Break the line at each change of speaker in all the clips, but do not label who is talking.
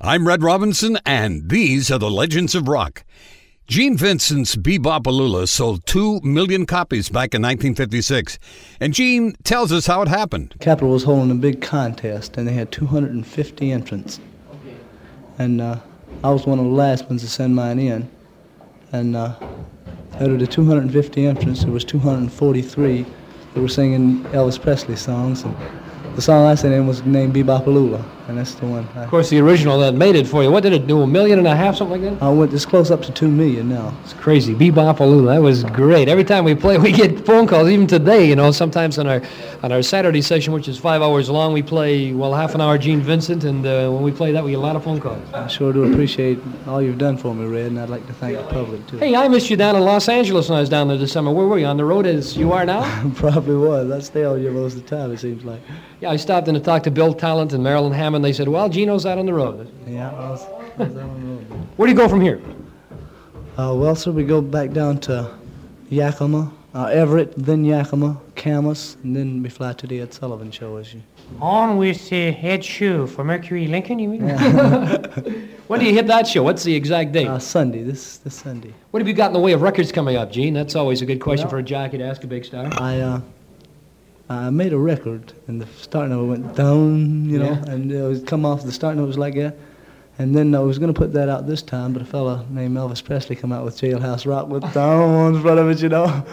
I'm Red Robinson, and these are the Legends of Rock. Gene Vincent's Bebopaloola sold 2 million copies back in 1956, and Gene tells us how it happened.
Capitol was holding a big contest, and they had 250 entrants. And uh, I was one of the last ones to send mine in. And uh, out of the 250 entrants, there was 243 that were singing Elvis Presley songs. And the song I sent in was named Bebopaloola, and that's the one. I,
Of course, the original that made it for you. What did it do? A million and a half, something like that?
I went this close up to 2 million now.
It's crazy. Bebopaloola. That was great. Every time we play, we get phone calls. Even today, you know, sometimes on our on our Saturday session, which is five hours long, we play well half an hour Gene Vincent, and uh, when we play that, we get a lot of phone calls.
I sure do appreciate all you've done for me, Red, and I'd like to thank the public too.
Hey, I missed you down in Los Angeles when I was down there this summer. Where were you? On the road as you are now?
Probably was. I stay all year most of the time, it seems like.
Yeah, I stopped in to talk to Bill Talent and Marilyn Hammond. They said, "Well, Gino's out on the road."
Yeah, I was, I was on the road.
Where do you go from here?
Uh, well, sir, we go back down to Yakima, uh, Everett, then Yakima, Camas, and then we fly to the Ed Sullivan show, as you.
On with uh, Ed Shoe for Mercury Lincoln, you mean?
When do you hit that show? What's the exact date?
Uh, Sunday, this this Sunday.
What have you got in the way of records coming up, Gene? That's always a good question for a jockey to ask a big star.
I uh, I made a record, and the start note went down, you know,
Yeah.
and it was come off the start note was like that. And then I was going to put that out this time, but a fella named Elvis Presley come out with Jailhouse Rock with down in front of it, you know.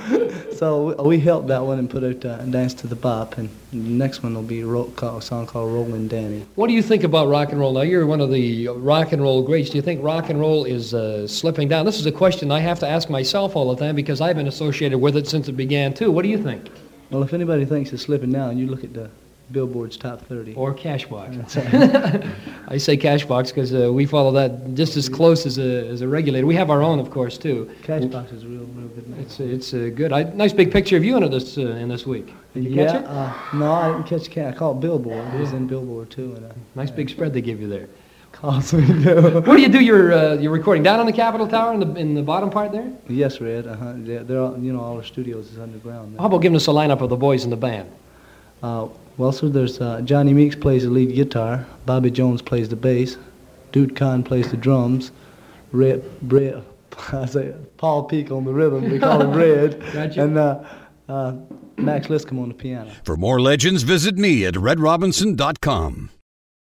so we, we helped that one and put out uh, Dance to the Bop, and the next one will be a, ro- called, a song called Rolling Danny.
What do you think about rock and roll? Now, you're one of the rock and roll greats. Do you think rock and roll is uh, slipping down? This is a question I have to ask myself all the time because I've been associated with it since it began, too. What do you think?
Well, if anybody thinks it's slipping down, you look at the Billboard's top 30.
Or Cashbox? I say Cashbox because uh, we follow that just as close as a, as a regulator. We have our own, of course, too.
Cashbox is real, real good. man.
It's, it's uh, good. I, nice big picture of you in it this, uh, in this week. Did you
yeah,
catch it?
Uh, no, I didn't catch Cat. I caught Billboard. It was in Billboard too, and I
Nice big spread they give you there.
caught it.
Where do you do your uh, your recording? Down on the Capitol Tower in the in the bottom part there?
yes, Red. Uh-huh. They're, they're all, you know all our studios is underground.
How
Now.
about giving us a lineup of the boys in the band?
Uh, well, sir, there's uh, Johnny Meeks plays the lead guitar. Bobby Jones plays the bass. Dude Khan plays the drums. Red, Red. I say Paul Peak on the rhythm. We call him Red.
Gotcha.
And uh, uh, Max Liscombe on the piano.
For more legends, visit me at redrobinson.com.